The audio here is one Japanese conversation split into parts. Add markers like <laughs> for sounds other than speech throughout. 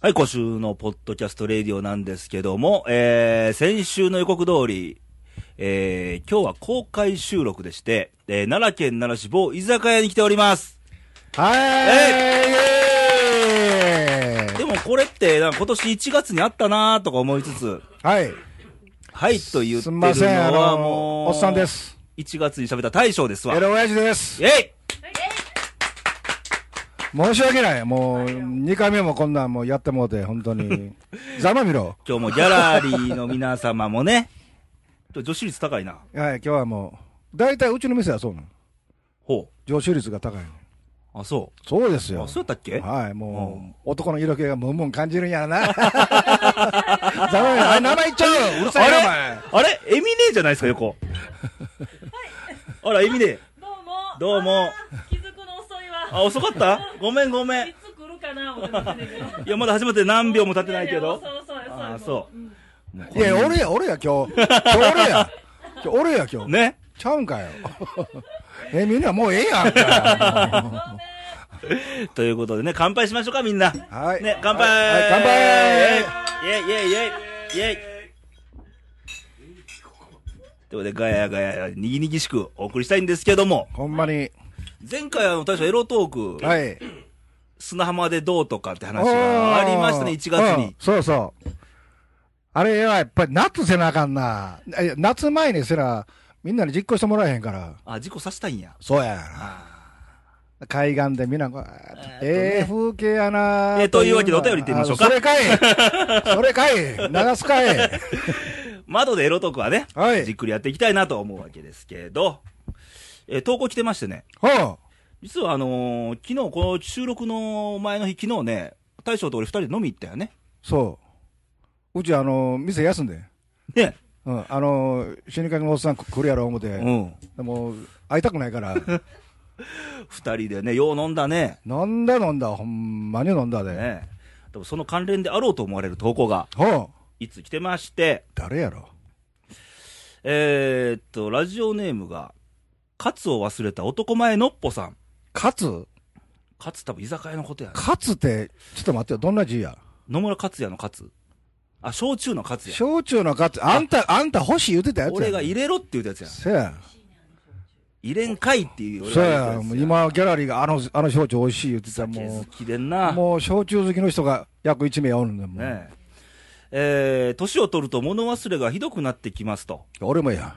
はい、今週のポッドキャストレディオなんですけども、えー、先週の予告通り、えー、今日は公開収録でして、えー、奈良県奈良市某居酒屋に来ております。はい、でもこれって、なんか今年1月にあったなーとか思いつつ、はい。はいと言ってするみのません、あはのもう、おっさんで。す。 1月に喋った大将ですわ。エロ親父ですイ。ェイ申し訳ない。もう、2回目もこんなんもうやってもうて、本 <laughs> 当に。ざまみろ。今日もギャラリーの皆様もね、ちょ女子率高いな。はい、今日はもう、大体うちの店はそうなの。ほ上手率が高いう。の。あ、そそうですう。よあ、。そうやったっけはい、もうう、ん男の色気がムンムン感じるんやろ <laughs> な。ざまみろ。あ名前言っちゃうよ。うるさいな、お前。あれエミネーじゃないですか、横。あら、エミネー。どうも。どうもあー。気づくの遅いわ。あ、遅かったごめんごめんい。つ来るかな思ってましたけど。いや、まだ始まって何秒も経ってないけどそう。そうそう。あーそうん。いや、俺や、俺や、今日。今日俺や。今日俺や、今日。ね。ちゃうんかよ。 <laughs> え、みんなもうええやんか。ごめんということでね、乾杯しましょうか、みんな。ね、はい。乾杯はい乾杯イェイイェイイェイイェイということで、ガヤガヤ、にぎにぎしくお送りしたいんですけども、ほんまに。前回、あの、大将エロトーク、はい。砂浜でどうとかって話がありましたね、おー1月うにん。そうそう。あれはやっぱり夏せなあかんな。え夏前にせな、みんなに実行してもらえへんから。あ、事故させたいんや。そうやな。海岸でみんなこう、ええ風景やなえーというわけでお便り行ってみましょうかあそ <laughs> れかいそれかい流すかい窓でエロトークはね、はいじっくりやっていきたいなと思うわけですけど、えー投稿来てましてね、ほ実はあのー昨日この収録の前の日、昨日ね、大将と俺二人で飲み行ったよね。う。そう。うちあの、店休んでん。ね。うん、あの死にかけのおっさん来るやろ思て、うん。でも会いたくないから <laughs> 二人でね、よう飲んだね。飲んだ飲んだほんまに飲んだで、ね。でもその関連であろうと思われる投稿が、ほういつ来てまして、誰やろえー、っと、ラジオネームが、カツを忘れた男前のっぽさん。カツカツ多分居酒屋のことやね。カツってちょっと待ってよどんな字や野村克也のカツ。あ、焼酎のカツや。焼酎のカツあんたあんた欲しい言うてたやつや俺が入れろって言うたやつや。せや入れんかいっていう俺せが言うたややつもう今ギャラリーがあのあの焼酎美味しい言うてた酒も好きでんなうもう焼酎好きの人が約1名おるんだもん、ねええー年を取ると物忘れがひどくなってきますと俺もや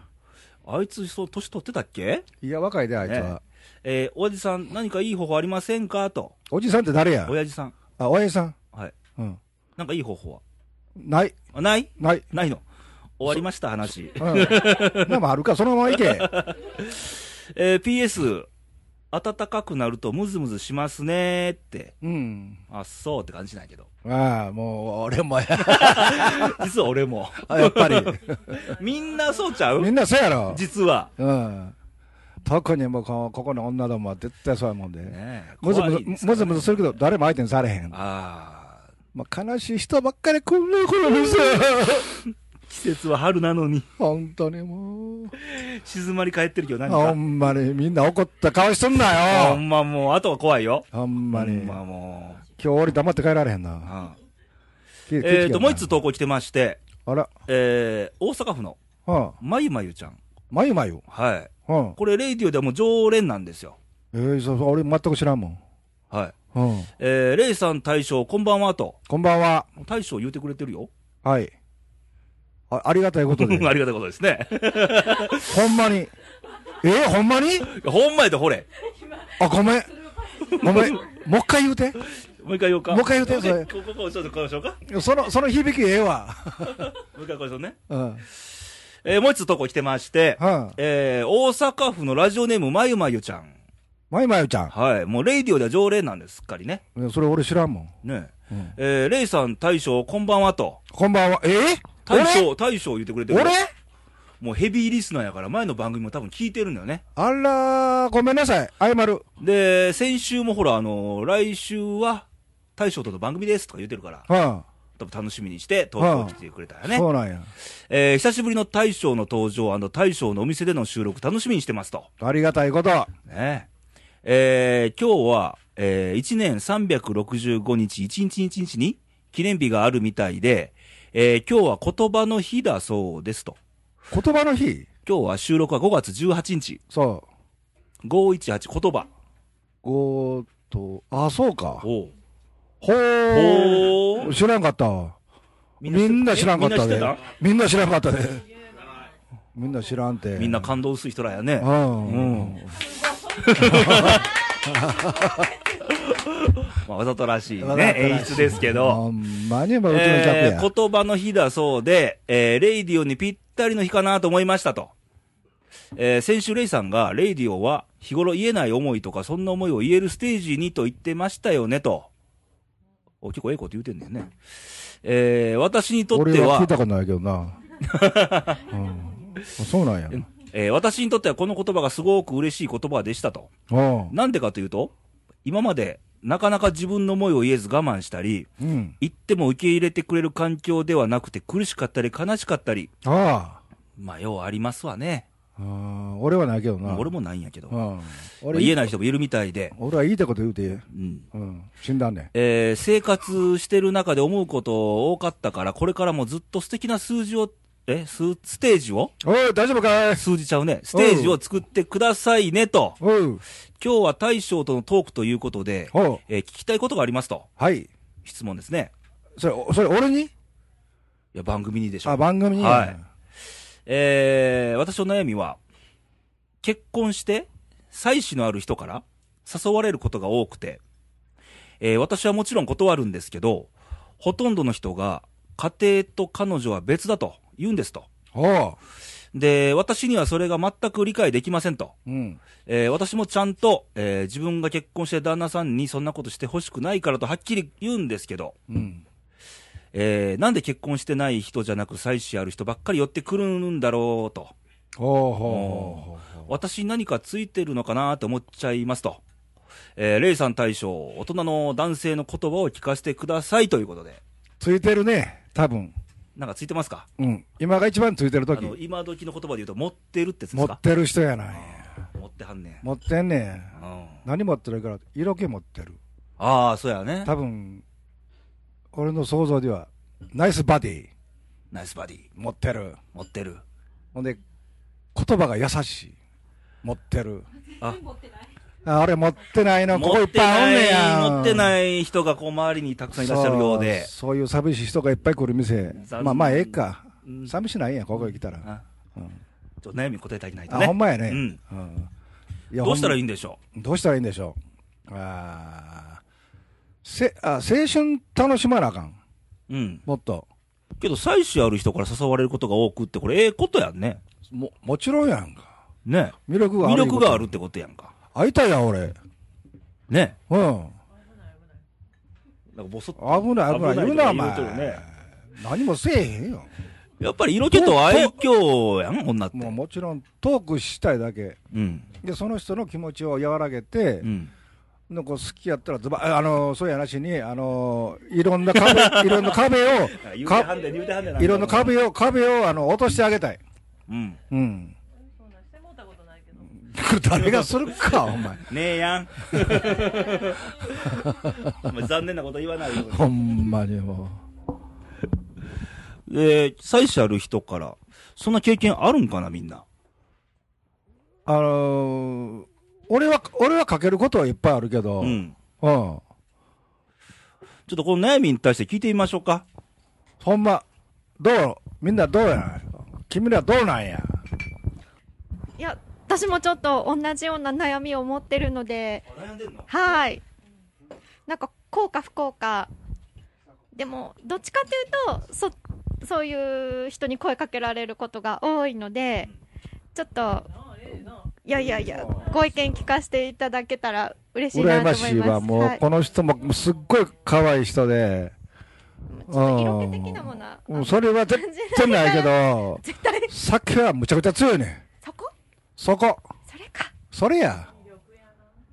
あいつそう年取ってたっけいや若いであいつは、ねえー、おじさん何かいい方法ありませんかとおじさんって誰や親父さんあおやじさんはいうんなんかいい方法はないあないないないの終わりました話 <laughs> うん。でもあるか、そのまま行け。えー、PS 暖かくなるとムズムズしますねーってうん。あそうって感じなんやけどああ、もう、俺もや。実は俺もやっぱり。 <laughs> みんなそうちゃみうんなそうやろ。実はうん。特にもうこ、ここの女どもは絶対そうやもんで。ねえむず怖いむですかず、むらねずむずするけど、誰も相手にされへん。ああまあ、悲しい人ばっかり来んねこ <laughs> の店。季節は春なのに本当にもう。静まり返ってるけど何ほかんまに、みんな怒った顔しとんなほよ。んまもう、あとは怖いよ。ほんまに。ほんま今も日俺黙って帰られへんう。うな。んええっと、もう一つ。投稿来てまして、あら、えー、大阪府のうん。まゆまゆちゃん。まゆまゆ。はい。うん。これ、レイディオではもう常連なんですよ。えー、そうそう、俺全く知らんもん。はい。うん。えー、レイさん大将、こんばんはと。こんばんは。大将言うてくれてるよ。はい。あありがたいことで。 <laughs> ありがたいことですね。ほんまに。えー、ほんまにいやほんまやで、ほれ。あ、ごめん。ごめん。もう一回言うて。もう一回言おうか。もう一回言うてもそれ一 <laughs> 回ここ、ここ、ちょっとこうしようか。その、その響きええわ。もう一回こうしようね。うん。えー、もう一つ投稿来てまして、はあ、えー、大阪府のラジオネーム、まゆまゆちゃん。まゆまゆちゃん。はい。もう、レイディオでは常連なんです、すっかりね。それ俺知らんもん。ねえ、うんえーレイさん、大将、こんばんはと。こんばんは。えー、大将、大将言ってくれてる。俺俺もうヘビーリスナーやから、前の番組も多分聞いてるんだよね。あらー、ごめんなさい。謝る。で、先週もほら、あのー来週は、大将との番組ですとか言ってるから、は多分楽しみにして、投稿来てくれたよあ、ね。そうなんや。えー久しぶりの大将の登場大将のお店での収録楽しみにしてますと。ありがたいこと。ねえ。えー今日は、え1年365日、1日1日に、記念日があるみたいで、えー今日は言葉の日だそうですと。言葉の日今日は収録は5月18日、そ518言葉。う。おーっと、あ、そうか。おうほー。ほー知らんかったわ。みみんな知らんかったみんでな知って。みんな知らんかったで。みんな知らんて。たみんな感動薄い人らやね。うん。うん。 <laughs> まあ、わざとらしいわざね、とらしい演出ですけど。ほんまにやっぱうちの客えや。ー言葉の日だそうで、えーレイディオにぴったりの日かなと思いましたと。えー先週レイさんが、レイディオは日頃言えない思いとか、そんな思いを言えるステージにと言ってましたよねと。お結構ええこと言うてんねんね。えー私にとって俺は聞、はいたことないけどな。うん。そうなんや。えー私にとってはこの言葉がすごく嬉しい言葉でしたと。うん。なんでかというと、今までなかなか自分の思いを言えず我慢したり、うん。言っても受け入れてくれる環境ではなくて苦しかったり悲しかったり、あまあ、ようありますわね。あうん。俺はないけどな。俺もないんやけど。うまん。あ俺言えない人もいるみたいで。俺は言いたいこと言うていいうん。うん。死んだね。えー生活してる中で思うこと多かったから、これからもずっと素敵な数字を、え、数ステージをおい、大丈夫かい数字ちゃうね。ステージを作ってくださいねと。おう。今日は大将とのトークということで、おう。えー聞きたいことがありますと。はい。質問ですね。それ、おそれ俺にいや、番組にでしょあ、。番組に。はいえー私の悩みは、結婚して、妻子のある人から誘われることが多くて、えー私はもちろん断るんですけど、ほとんどの人が、家庭と彼女は別だと言うんですと。おう。で、私にはそれが全く理解できませんと。うん。えー私もちゃんと、えー自分が結婚して旦那さんにそんなことしてほしくないからとはっきり言うんですけど、うん。えーなんで結婚してない人じゃなく妻子ある人ばっかり寄ってくるんだろうと。ほうほうほうほ私に何かついてるのかなと思っちゃいますと。えー、レイさん大将、大人の男性の言葉を聞かせてくださいということで。う。ついてるね。多分。なんかついてますかうん。今が一番ついてるあ時。の、今時の言葉で言うと、持ってるってやつで持すっかてる人やない。持ってはんねん。持ってんねん。うん、何持ってるから、色気持ってる。ああ、そうやね。多分、俺の想像では、ナイスバディ。ナイスバディ。持ってる。持ってる。ほんで、言葉が優しい。持ってる。あ、ああれ持ってないの、ここい持っってなぱいおんねい、や。持ってい。ない人がこう周りにたくさんいらっしゃるようで。そういう寂しい人がいっぱい来る店。残まあまあ、ええかうん。寂しないやん、ここへ来たら。あうんちょっと悩み答えてあげないとあ、ね。ほんまやね。うん。うんいやどうしたらいいほんんでしょどうしたらいいんでしょう。あーせあ、青春楽しまなあかん。う。うん。もっと。けど、妻子ある人から誘われることが多くって、これ、ええことやんね。も、もちろんやんか。ね。魅力があ魅る。力があるっ。てことやんか。会いたいやん、俺。ね。うん。なんかボソッ危ない、危ない。言うな、お前とか言うとるね。何もせえへんよ。やっぱり色気と愛嬌やん、女って。もうもちろんトークしたいだけ。うん。で、その人の気持ちを和らげてう、ん。なんか好きやったらズバああの、そういう話に、あの、いろん <laughs> な壁、いろんな壁を、かで、言うてはんでいろんな壁を、壁を、あの、落としてあげたい。うん。うん。そんなんしてもうたことないけど。誰がするか、お前。ねえやん。 <laughs> お前残念なこと言わないよ。 <laughs> ほんまにもえ、妻子ある人から、そんな経験あるんかな、みんな。う。あのー俺は、俺はかけることはいっぱいあるけど、ううん。ん。ちょっとこの悩みに対して聞いてみましょうか。ほんま、どう、みんなどうや君らどうなんや。いや、私もちょっと同じような悩みを持ってるので、悩んでんのはい。なんか、こうか不幸か。でも、どっちかというと、そ、そういう人に声かけられることが多いので、ちょっと、なあ、ええな。いやいやいや、ご意見聞かせていただけたら嬉しい羨なと思いま。ますしいわ。もはう、いこの人もすっごい可愛い人で、ちょっと色気的なものは、うんそれは絶対ないけど、絶対、酒はむちゃくちゃ強いねん。そこそこ。それか。それや。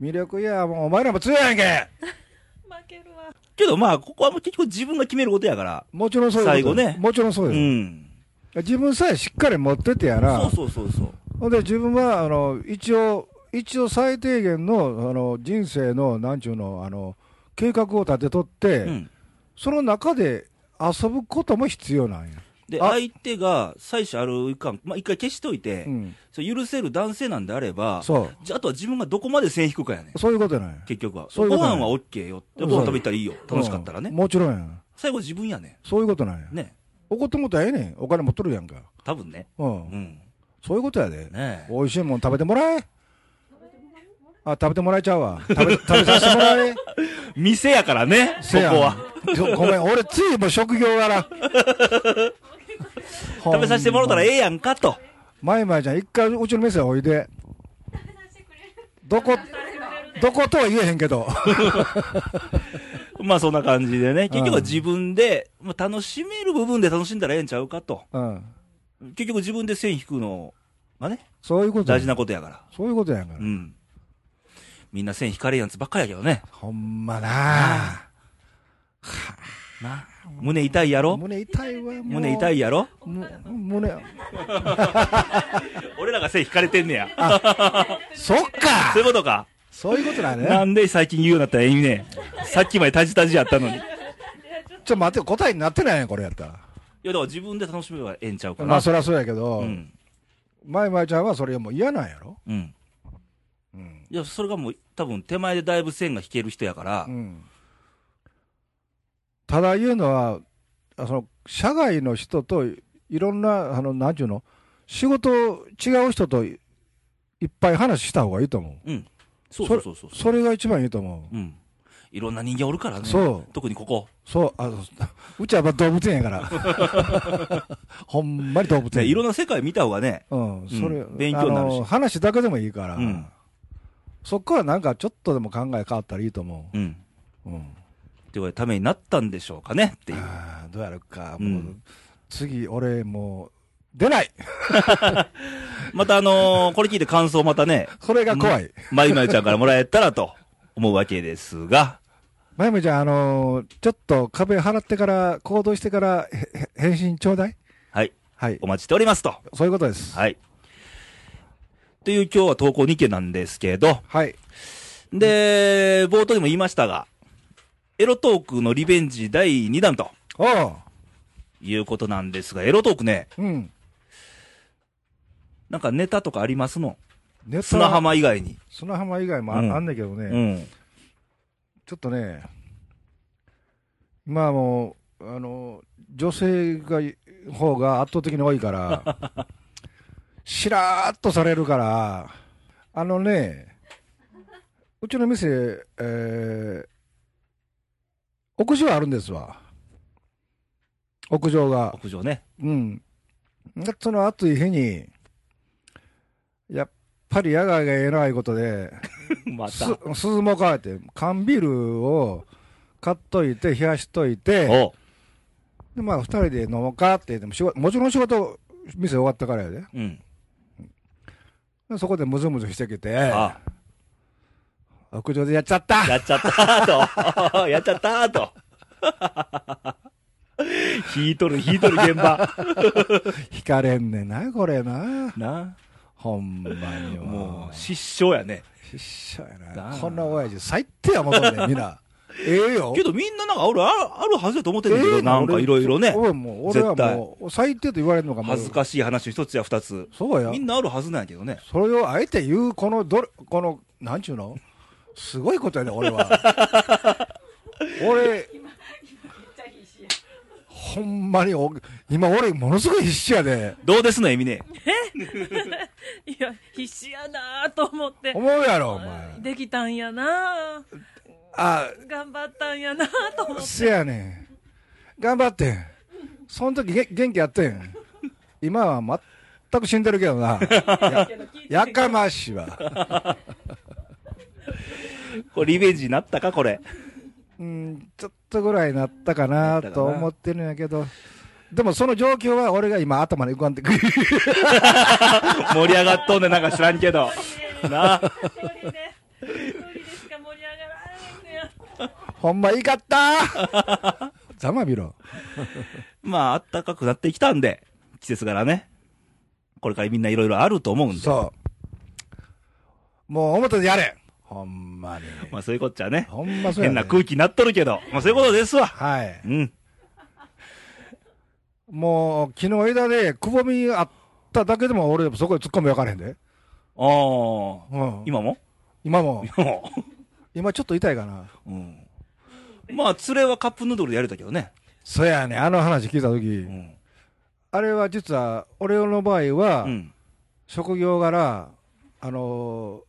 魅力や、もうお前らも強いやんけ。負けるわ。けどまあ、ここはもう結局自分が決めることやから。もちろんそういうこと最後ねもちろんそううよ、ん。自分さえしっかり持っててやな。そうそうそうそう。ほんで自分はあの一応、一応最低限のあの人生のなんちゅうのあの計画を立てとって、うん。その中で遊ぶことも必要なんや。で、あ相手が妻子あるいかん、まあ、一回消しといて、うん。それ許せる男性なんであれば、そじゃあ、あとは自分がどこまで線引くかやねん。う。そういうことなんや。結局は。そういうごことね飯は OK よ。ごうん飯食べに行ったらいいよ。楽しかったらうねん。もちろんや。最後自分やねそういうことなんや。ん。ね。怒ってもったらええねん。お金持っとるやんか。多分ね。う。うんん。そういうことやで。ねえ。美味しいもん食べてもらえ。あ、食べてもらえちゃうわ。食べ、食べさせてもらえ。店やからね、そせこやは。。ちょごめん、俺ついもう職業柄。 <laughs> 食べさせてもらったらええ。えやんかと。まいまいちゃん、一回うちの店おいで。どこ、どことは言えへんけど。 <laughs> まあそんな感じでね。結局はうん自分で、まあ楽しめる部分で楽しんだらええんちゃうかと。うん。結局自分で線引くのがね、そういうこと。大事な。ことやから。そういうことやんからう。ん。みんな線引かれるやつばっかりやけどね。ほんまなあな胸痛いやろ胸痛いわ、もう胸痛。いやろむ胸、俺らが線引かれてんねや。そっかそういうことか。そういうことだね。なんで最近言うようになったらええねんさっきまでタジタジやったのに。いや、ちょっと待って、答えになってないやん、これやったら。だから自分で楽しめばええんちゃうかな。まあ、そりゃそうやけどう、ん。まいまいちゃんはそれもう嫌なんやろうん。うん。いや、それがもう多分手前でだいぶ線が引ける人やから、うん。ただ言うのは、あその、社外の人と、いろんな、あの、なんちゅうの、仕事、違う人といいっぱい話した方がいいと思そうそうそうそうう。。それが一番いいと思うん。いろんな人間おるからね。そう特にここ。う。そう、あの、うちはやっぱ動物園やから。 <laughs> ほんまに動物ね、園。いろんな世界見た方がね、うん、それ、うん勉強になるしあの話だけでもいいから、うんそこはなんかちょっとでも考え変わったらいいと思うん。う。うん。っていうためになったんでしょうかねっていう。 <laughs> ああ、どうやるか、うんもう、次、俺、もう、出 <laughs> ないまたあのーこれ聞いて感想またね、それが怖い。まゆまゆちゃんからもらえたらと <laughs> 思うわけですが、まゆみちゃん、あのーちょっと壁払ってから、行動してから、へへ返信ちょうだいはい。はいお。待ちしておりますと。そういうことです。はい。という今日は投稿2件なんですけど、はい。で、冒頭にも言いましたが、エロトークのリベンジ第2弾とおう。いうことなんですが、エロトークね、うん。なんかネタとかありますのネタ砂。浜以外に。砂浜以外もあ,、うんん、あんねんけどね、うん。ちょっとね、まあもう、あの、女性が、方が圧倒的に多いから、しらーっとされるから、あのね、うちの店、えー、屋上あるんですわ。屋上が。屋上 <laughs> ね。うん。でその暑い日に、やっぱり野外がえらいことで、ますた。鈴も買えて、缶ビールを買っといて、冷やしといて、おでまあ、二人で飲もうかって言っても仕事、もちろん仕事、店終わったからやで。うん。でそこでムズムズしてきて、あ、屋上でやっちゃったやっちゃったーと。 <laughs> やっちゃったーと。引いとる、引いとる現場。引かれんねんな、これな。なほんまにももう、失笑やね。う。しっやなな。あこんな親父、最低やもんねん、み <laughs> んな。ええよ。けどみんななんかある、ああるはずやと思ってんだけえど、えなんかいろいろね。俺もう俺はもう、最低と言われるのがもう恥ずかしい話の一つや二つ。そうやみ。んなあるはずなんやけどね。それをあえて言う、この、どれ、この、なんちゅうのすごいことやね、俺は。俺、ちゃ必死や。ほんまにお、今俺、ものすごい必死やで。どうですの、エミネ。いや、必死やなと思って。思うやろ、お前。できたんやなあ、頑張ったんやなと思って。せやねん。頑張ってん。その時げ元気やってん。今は全く死んでるけどな。ややかましいわ。これリベンジになったか、これ。うん、ちょっとぐらいなったかなと思ってるんやけど。でもその状況は俺が今頭に浮かんでくる。盛り上がっとんねん、なんか知らんけど。な一人で、一人でしか盛り上がらないんだよ。ほんまいい <laughs> かったざまみろ。まあ、暖かくなってきたんで、季節柄ね。これからみんないろいろあると思うんで。そう。もう表でやれ。ほんまに。まあそういうこっちゃね。ほんまそうや、変ね。な空気になっとるけど、まあそういうことですわ。はい。うん。もう、木の枝でくぼみあっただけでも、俺、そこで突っ込む分からへんで。ああ、うん。今も今も、今も。今ちょっと痛いかな。うん。まあ、連れはカップヌードルでやれたけどね。そやね、あの話聞いたとき、うん。あれは実は、俺の場合は、うん。職業柄、あのー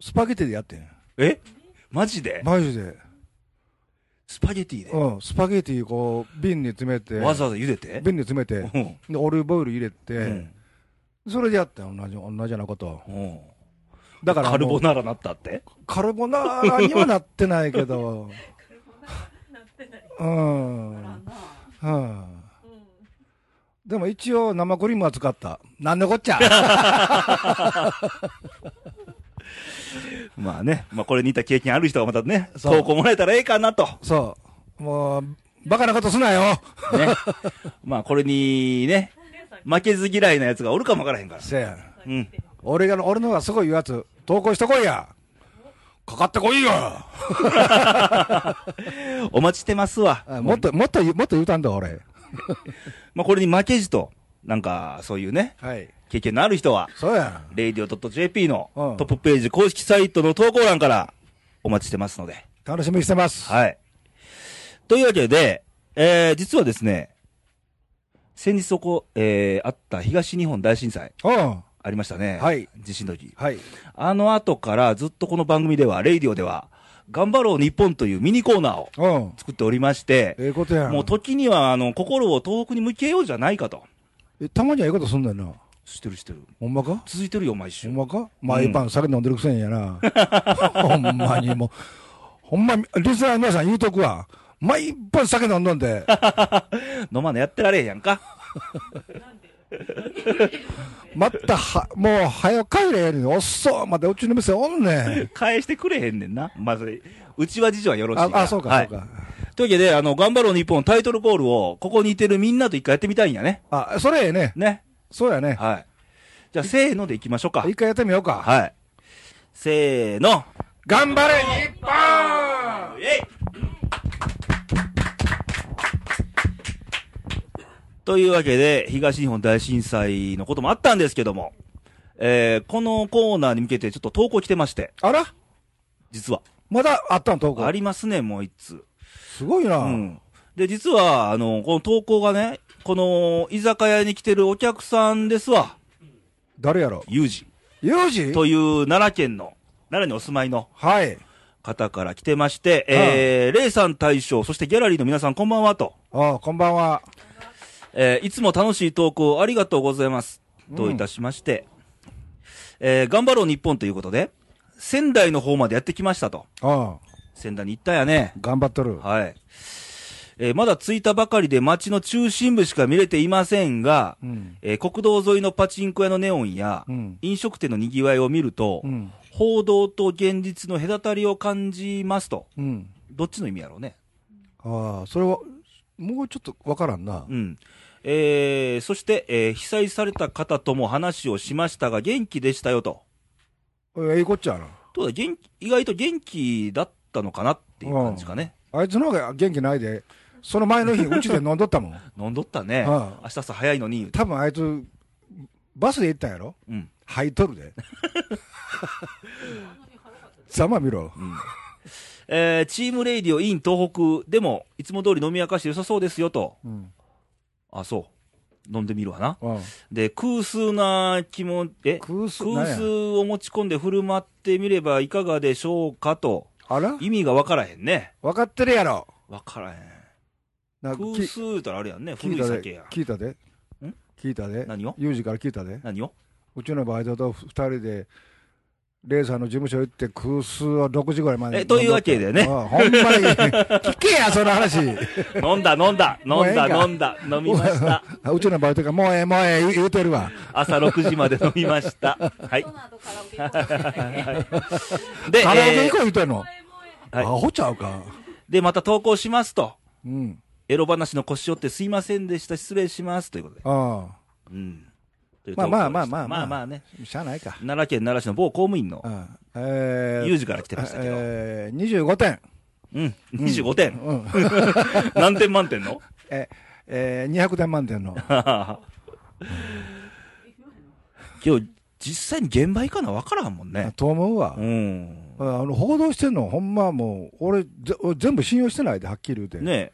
スパゲティでやってん。えマジでマジで。スパゲティでうん、スパゲティこう、瓶に詰めて、わざわざ茹で <laughs> て瓶に詰めて、うん。でオリーブオイル入れて、うんそれでやってん、同じ、同じようなこと。うん。だからもう、カルボナーラなったってカルボナーラにはなってないけど。うん。うん。でも一応生クリームは使った。なんでこっち <laughs> ゃまあね、まあこれ似た経験ある人はまたね、そう投稿もらえたらええかなと。そう。もう、バカなことすなよ。ね。まあこれにね、負けず嫌いなやつがおるかもわからへんから。せや。うん。俺が、俺の方がすごい言うやつ、投稿してこいや。かかってこいよ。お待ちしてますわ。あもっと、もっと言う、もっと言うたんだ、俺。まあこれに負けじと、なんかそういうね、はい。経験のある人は、そうや。 radio.jp のうんトップページ公式サイトの投稿欄からお待ちしてますので。楽しみにしてます。はい。というわけで、えー、実はですね、先日そこ、えー、あった東日本大震災うん。ありましたね。はい。地震の時。はい。あの後からずっとこの番組では、レイディオでは、頑張ろう日本というミニコーナーをうん。作っておりまして、ええことやん。もう時には、あの、心を東北に向けようじゃないかと。えたまにはええことすんだよな。知ってる知ってる。ほんまか続いてるよ、毎週ほん。まか毎晩酒飲んでるくせにやな。 <laughs> ほんまにもう。ほんま、リスナーの皆さん言うとくわ。毎晩酒飲んど <laughs> んで。飲まなやってられへんやんか。または、もう、早く帰れよりおっそまたうちの店おんね <laughs> ん。返してくれへんねんな。まず、うちは事情はよろしいあか、らあ、そうか、はそいうか。というわけで、あの、頑張ろう日本タイトルコールを、ここにいてるみんなと一回やってみたいんやね。あ、それええね。ね。そうやね。はい。じゃあ、せーのでいきましょうか一。回やってみようか。はい。せーの。頑張れ日本えいというわけで、東日本大震災のこともあったんですけども、えー、このコーナーに向けてちょっと投稿来てまして、あら実は。まだあったん、投あ稿。りますね、もう一つ。すごいな。うん。で、実は、あの、この投稿がね、この居酒屋に来てるお客さんですわ。誰やろユージユージという奈良県の、奈良にお住まいのはい。方から来てまして、えー、レイさん大将、そしてギャラリーの皆さんこんばんはと、あこんばんは。えー、いつも楽しい投稿ありがとうございます。といたしまして、えー、頑張ろう日本ということで、仙台の方までやってきましたと。うん。仙台に行ったんやね。頑張っとる。はい。えー、まだ着いたばかりで街の中心部しか見れていませんが、うん。えー国道沿いのパチンコ屋のネオンや、うん。飲食店の賑わいを見ると、うん。報道と現実の隔たりを感じますと。うん。どっちの意味やろうね。ああ、それは、もうちょっとわからんなう。ん。えー、そして、えー被災された方とも話をしましたが、元気でしたよと。ええこっちゃな。どうだ元気意外と元気だったのかなっていう感じかね。あいつの方が元気ないで、その前 <laughs> の日、うちで飲んどったもん。飲んどったね。うん明日朝早いのに、言うて多分あいつ、バスで行ったんやろうん。 <laughs> 吐いとる <laughs> で。ざま見ろ。うん。えーチームレイディオイン東北でも、いつも通り飲み明かして良さそうですよと。うん。あ、そう。飲んでみるわな。うん。で、空数な気も、え空数空なんや数を持ち込んで振る舞ってみればいかがでしょうかと。あら意味がわからへんね。分かってるやろ。わからへん。な空き数言うたらあれやんね。聞古いいた酒でや。。聞いたで。ん聞いたで。何をユージから聞いたで。 <laughs> 何をうちのバイトと二人で、レーサーの事務所行って、空数を6時ぐらいまで。えというわけでねうんほんまに、 <laughs> 聞けや、その話。飲んだ飲んだ、飲もうんええんかだ飲んだ、飲みま <laughs> した。うちのバイトが、もうええ、もうええ、言う言うてるわ。朝6時まで飲みました。 <laughs> はい。その後カラオケ行こうと思ってで、カラオケえ行こう言うてんの。はいアホちゃうか。ーで、また投稿しますと。うん。エロ話の腰折ってすいませんでした、失礼します。ということで。あうん。というまあ投稿でしたまあまあまあまあまあまあね。あ。しゃあないか。奈良県奈良市の某公務員のうん。えユージから来てましたけど。えー、25点。うん、25点。うん。 <laughs> 何点満点 <laughs> のえ、えー、200点満点の。今日、実際に現場行かな分からんもんね。と思うわ。うん。あの報道してんの、ほんまもう、俺、ぜ俺全部信用してないで、はっきり言うて。ねえ。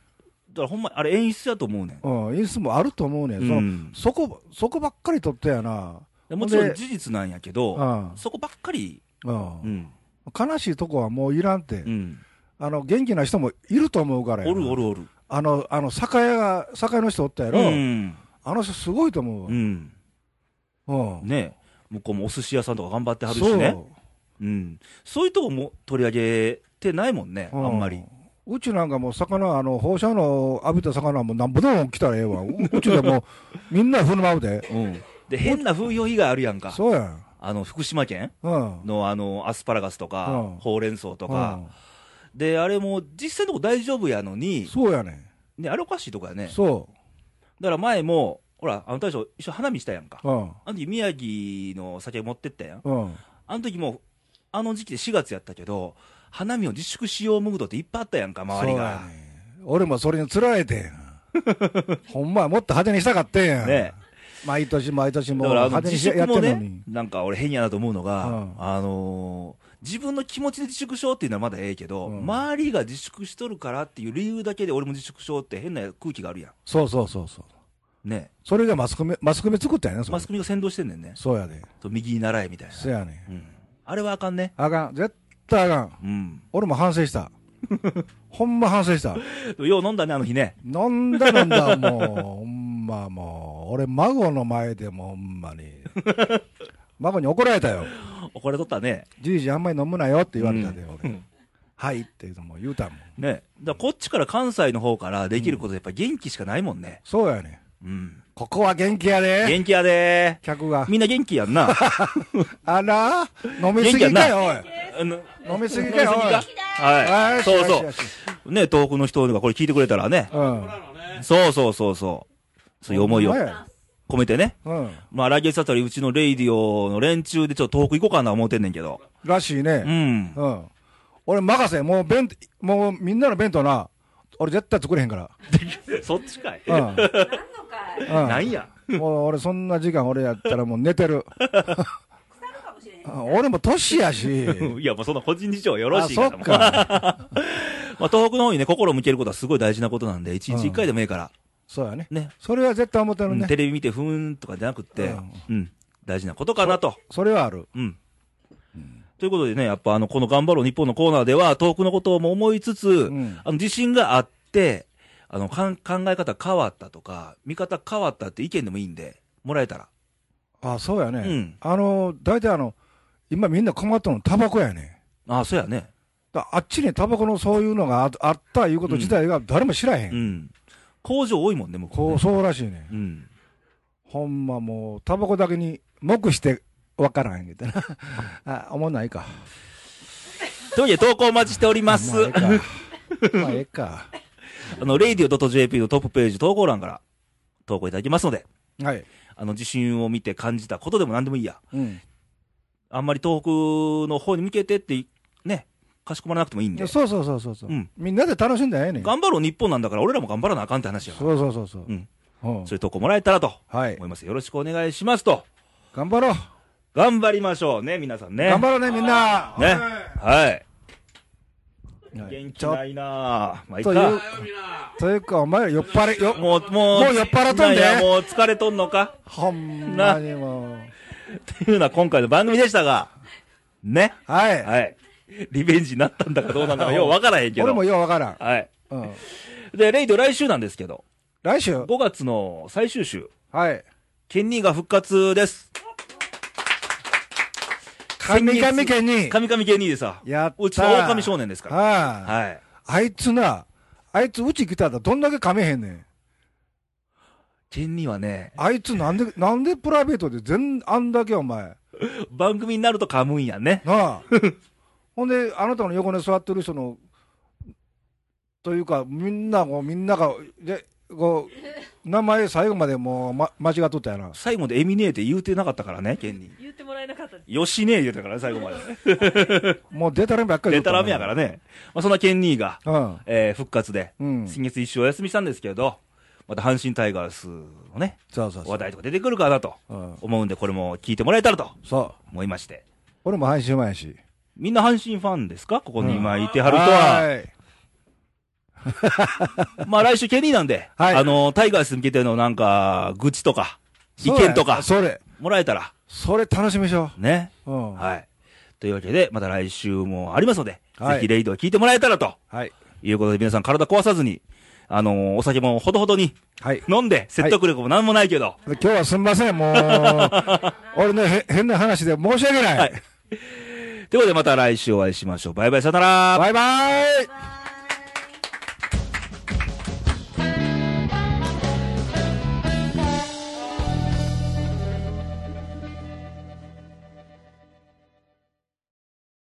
だからほんま、あれ演出だと思うねん。うん、演出もあると思うね、ん、そうんのそこ、そこばっかり取ってやな。でもちろほんんで事実なんやけうど、ん。そこばっかり、うんうん。悲しいとこはもういらんて、うん。あの元気な人もいると思うからやおなるおるおる。あのあの酒屋が酒屋の人おったやうろ、ん。あの人すごいと思うわう、ん。うんねえ。向こうもお寿司屋さんとか頑張ってはるしね。うん。そういうとこも取り上げてないもんね、あうんまり。うちなんかもう魚あの放射能浴びた魚はもうなんぼでも来たらえ <laughs> えわううちでもうみんな振る舞うでうん。で、変な風評被害あるやんか。そうやんあの、福島県うんのあの、アスパラガスとうかん、ほうれん草とか。で、あれも実際のとこ大丈夫やのうんに、そうやねね、あれおかしいとこやね。そだから前も、ほら、あの大将、一緒に花見したやんか。ううんあの時宮城の酒持ってったやん。うんあの時も、あの時期で4月やったけど、花見を自粛しようムードっていっぱいあったやんか、周りがそう。やね俺もそれにつら <laughs> れてんほんまはもっと派手にしたかってんやんね毎年毎年もだうからあの派手自にしや粛ってもんのに、ね、なんか俺変やなと思うのが、うんあのー自分の気持ちで自粛しようっていうのはまだええけど、うん周りが自粛しとるからっていう理由だけで俺も自粛しようって変な空気があるや。そうそうそうそうんね。それがマスコミマスコミ作ったんやねそれマスコミが先導してんねんね。そうやでと右に習えみたいな。そやねんうん。あれはあかんね。あかん絶対あかんうん。俺も反省した <laughs> ほんま反省したでもよう飲んだね、あの日ね。飲んだ飲んだもうほんまもう俺孫の前でもほん <laughs> まに孫に怒られたよ怒られとったね。 「じいじあんまり飲むなよ」って言われたで、う俺ん「はい」って言うともう言うたもんね。だからこっちから関西の方からできることやっぱ元気しかないもんね。そうやねんうん。ここは元気やで、元気やで客がー。。みんな元気やん <laughs> な。あら飲みすぎかよ、おい。あの飲みすぎかよ、おい。はよい。しそうよそしよしう。ね、東北の人がこれ聞いてくれたらね。うん。そうそうそうそう。そういう思いをほんまや込めてね。うん。まあ、来月あたりうちのレイディオの連中でちょっと東北行こうかな思ってんねんけど。らしいうね。ん。うん。俺任せ、もう弁、もうみんなの弁当な、俺絶対作れへんから。そっちかいうん。な何んや。うん。もう俺そんな時間俺やったらもう寝てる。うん俺も年や <laughs> し。いや、もうそんな個人事情よろあ、しいそから。っか。 <laughs> まあ、東北の方にね、心を向けることはすごい大事なことなんで、一日一回でもいいから、そうやね。ね。それは絶対思ってるうんねテ。レビ見てふーんとかじゃなくってう、うん。大事なことかなと。それはある。うん。ということでね、やっぱあの、この頑張ろう日本のコーナーでは、遠くのことも思いつつ、んあの、自信があって、あの、かん考え方変わったとか、見方変わったって意見でもいいんで、もらえたら。あ、そうやうねん。あの、大体あの、今みんな困ったのタバコやね。ああ、そうやね。だあっちにタバコのそういうのがああったいうこと自体が誰も知らへん、うん。工場多いもんね、向こうこうね。そうらしいね、うん。ほんまもうタバコだけに黙してわからへんけどな <laughs> あ思わないかというわけで、投稿お待ちしておりままあえす <laughs> え。かまあええかあの、radio.jp のトップページ投稿欄から投稿いただきますので、はい、あの、自信を見て感じたことでも何でもいいや。うん、あんまり東北の方に向けてって、ね、かしこまらなくてもいいんいでや。そうそうそうそうそう、うんみんなで楽しんだらええねんそ頑張ろう日本なんだから、俺らも頑張らなあかんって話やから。うそうそうそう、うんうんそういうとこもらえたらとはい思います。よろしくお願いしますと。頑張ろう、頑張りましょうね、皆さんね。頑張ろうねみんな、ね。はい。はい元気ちょっないなぁ。まあ、いっというか。というかお前ら酔っ払いよもう、もう、もう酔っ払っとんでいや、もう疲れとんのかほんまにもうというのは今回の番組でしたが、ね。はい、はい。リベンジになったんだかどうなんだかようわからへんけど。俺もようわからん、はい。うん、で、レイド来週なんですけど、来週5月の最終週、はいケンニーが復活です。神々家に、神々ケンニーでさ、やったーうちの狼少年ですから。ああはい。あいつな、あいつうち来たらどんだけ噛めへんねん。ケンニーはね、あいつなんで、なんでプライベートで全、あんだけお前。番組になると噛むんやね。 <laughs> なあ。ほんで、あなたの横に座ってる人の、というか、みんなもうみんなが、で、こう、名前最後までもう、ま、間違っとったやな。最後までエミネーって言うてなかったからね、県に。言ってもらえなかったです。よしねえ言うてたからね、最後まで。もうデタラメばっかりで言ったらめやからね。まあ、そんな県にが、らね。えー復活で、うん。うん。先月一週お休みしたんですけど、また阪神タイガースのね、そうそうそ話う。題とか出てくるかなとうん。思うんで、これも聞いてもらえたらとそう。思いまして。俺も阪神前やし。みんな阪神ファンですかここに今いてはる人は。はい。まあ来週ケニーなんで、はいあの、タイガースに向けてのなんか、愚痴とか、意そうや見とか、それ、もらえたら、それ楽しみましょね。う。うん。ははい。というわけで、また来週もありますので、はいぜひレイドを聞いてもらえたらとい。いうことで、皆さん体壊さずに、あのーお酒もほどほどにはい。飲んで、説得力もなんもないけど、今日はすみませ <laughs> ん、もう。俺のへ変な話で申し訳ない。はいということでまた来週お会いしましょう。バイバイ、さよなら。バイバイわー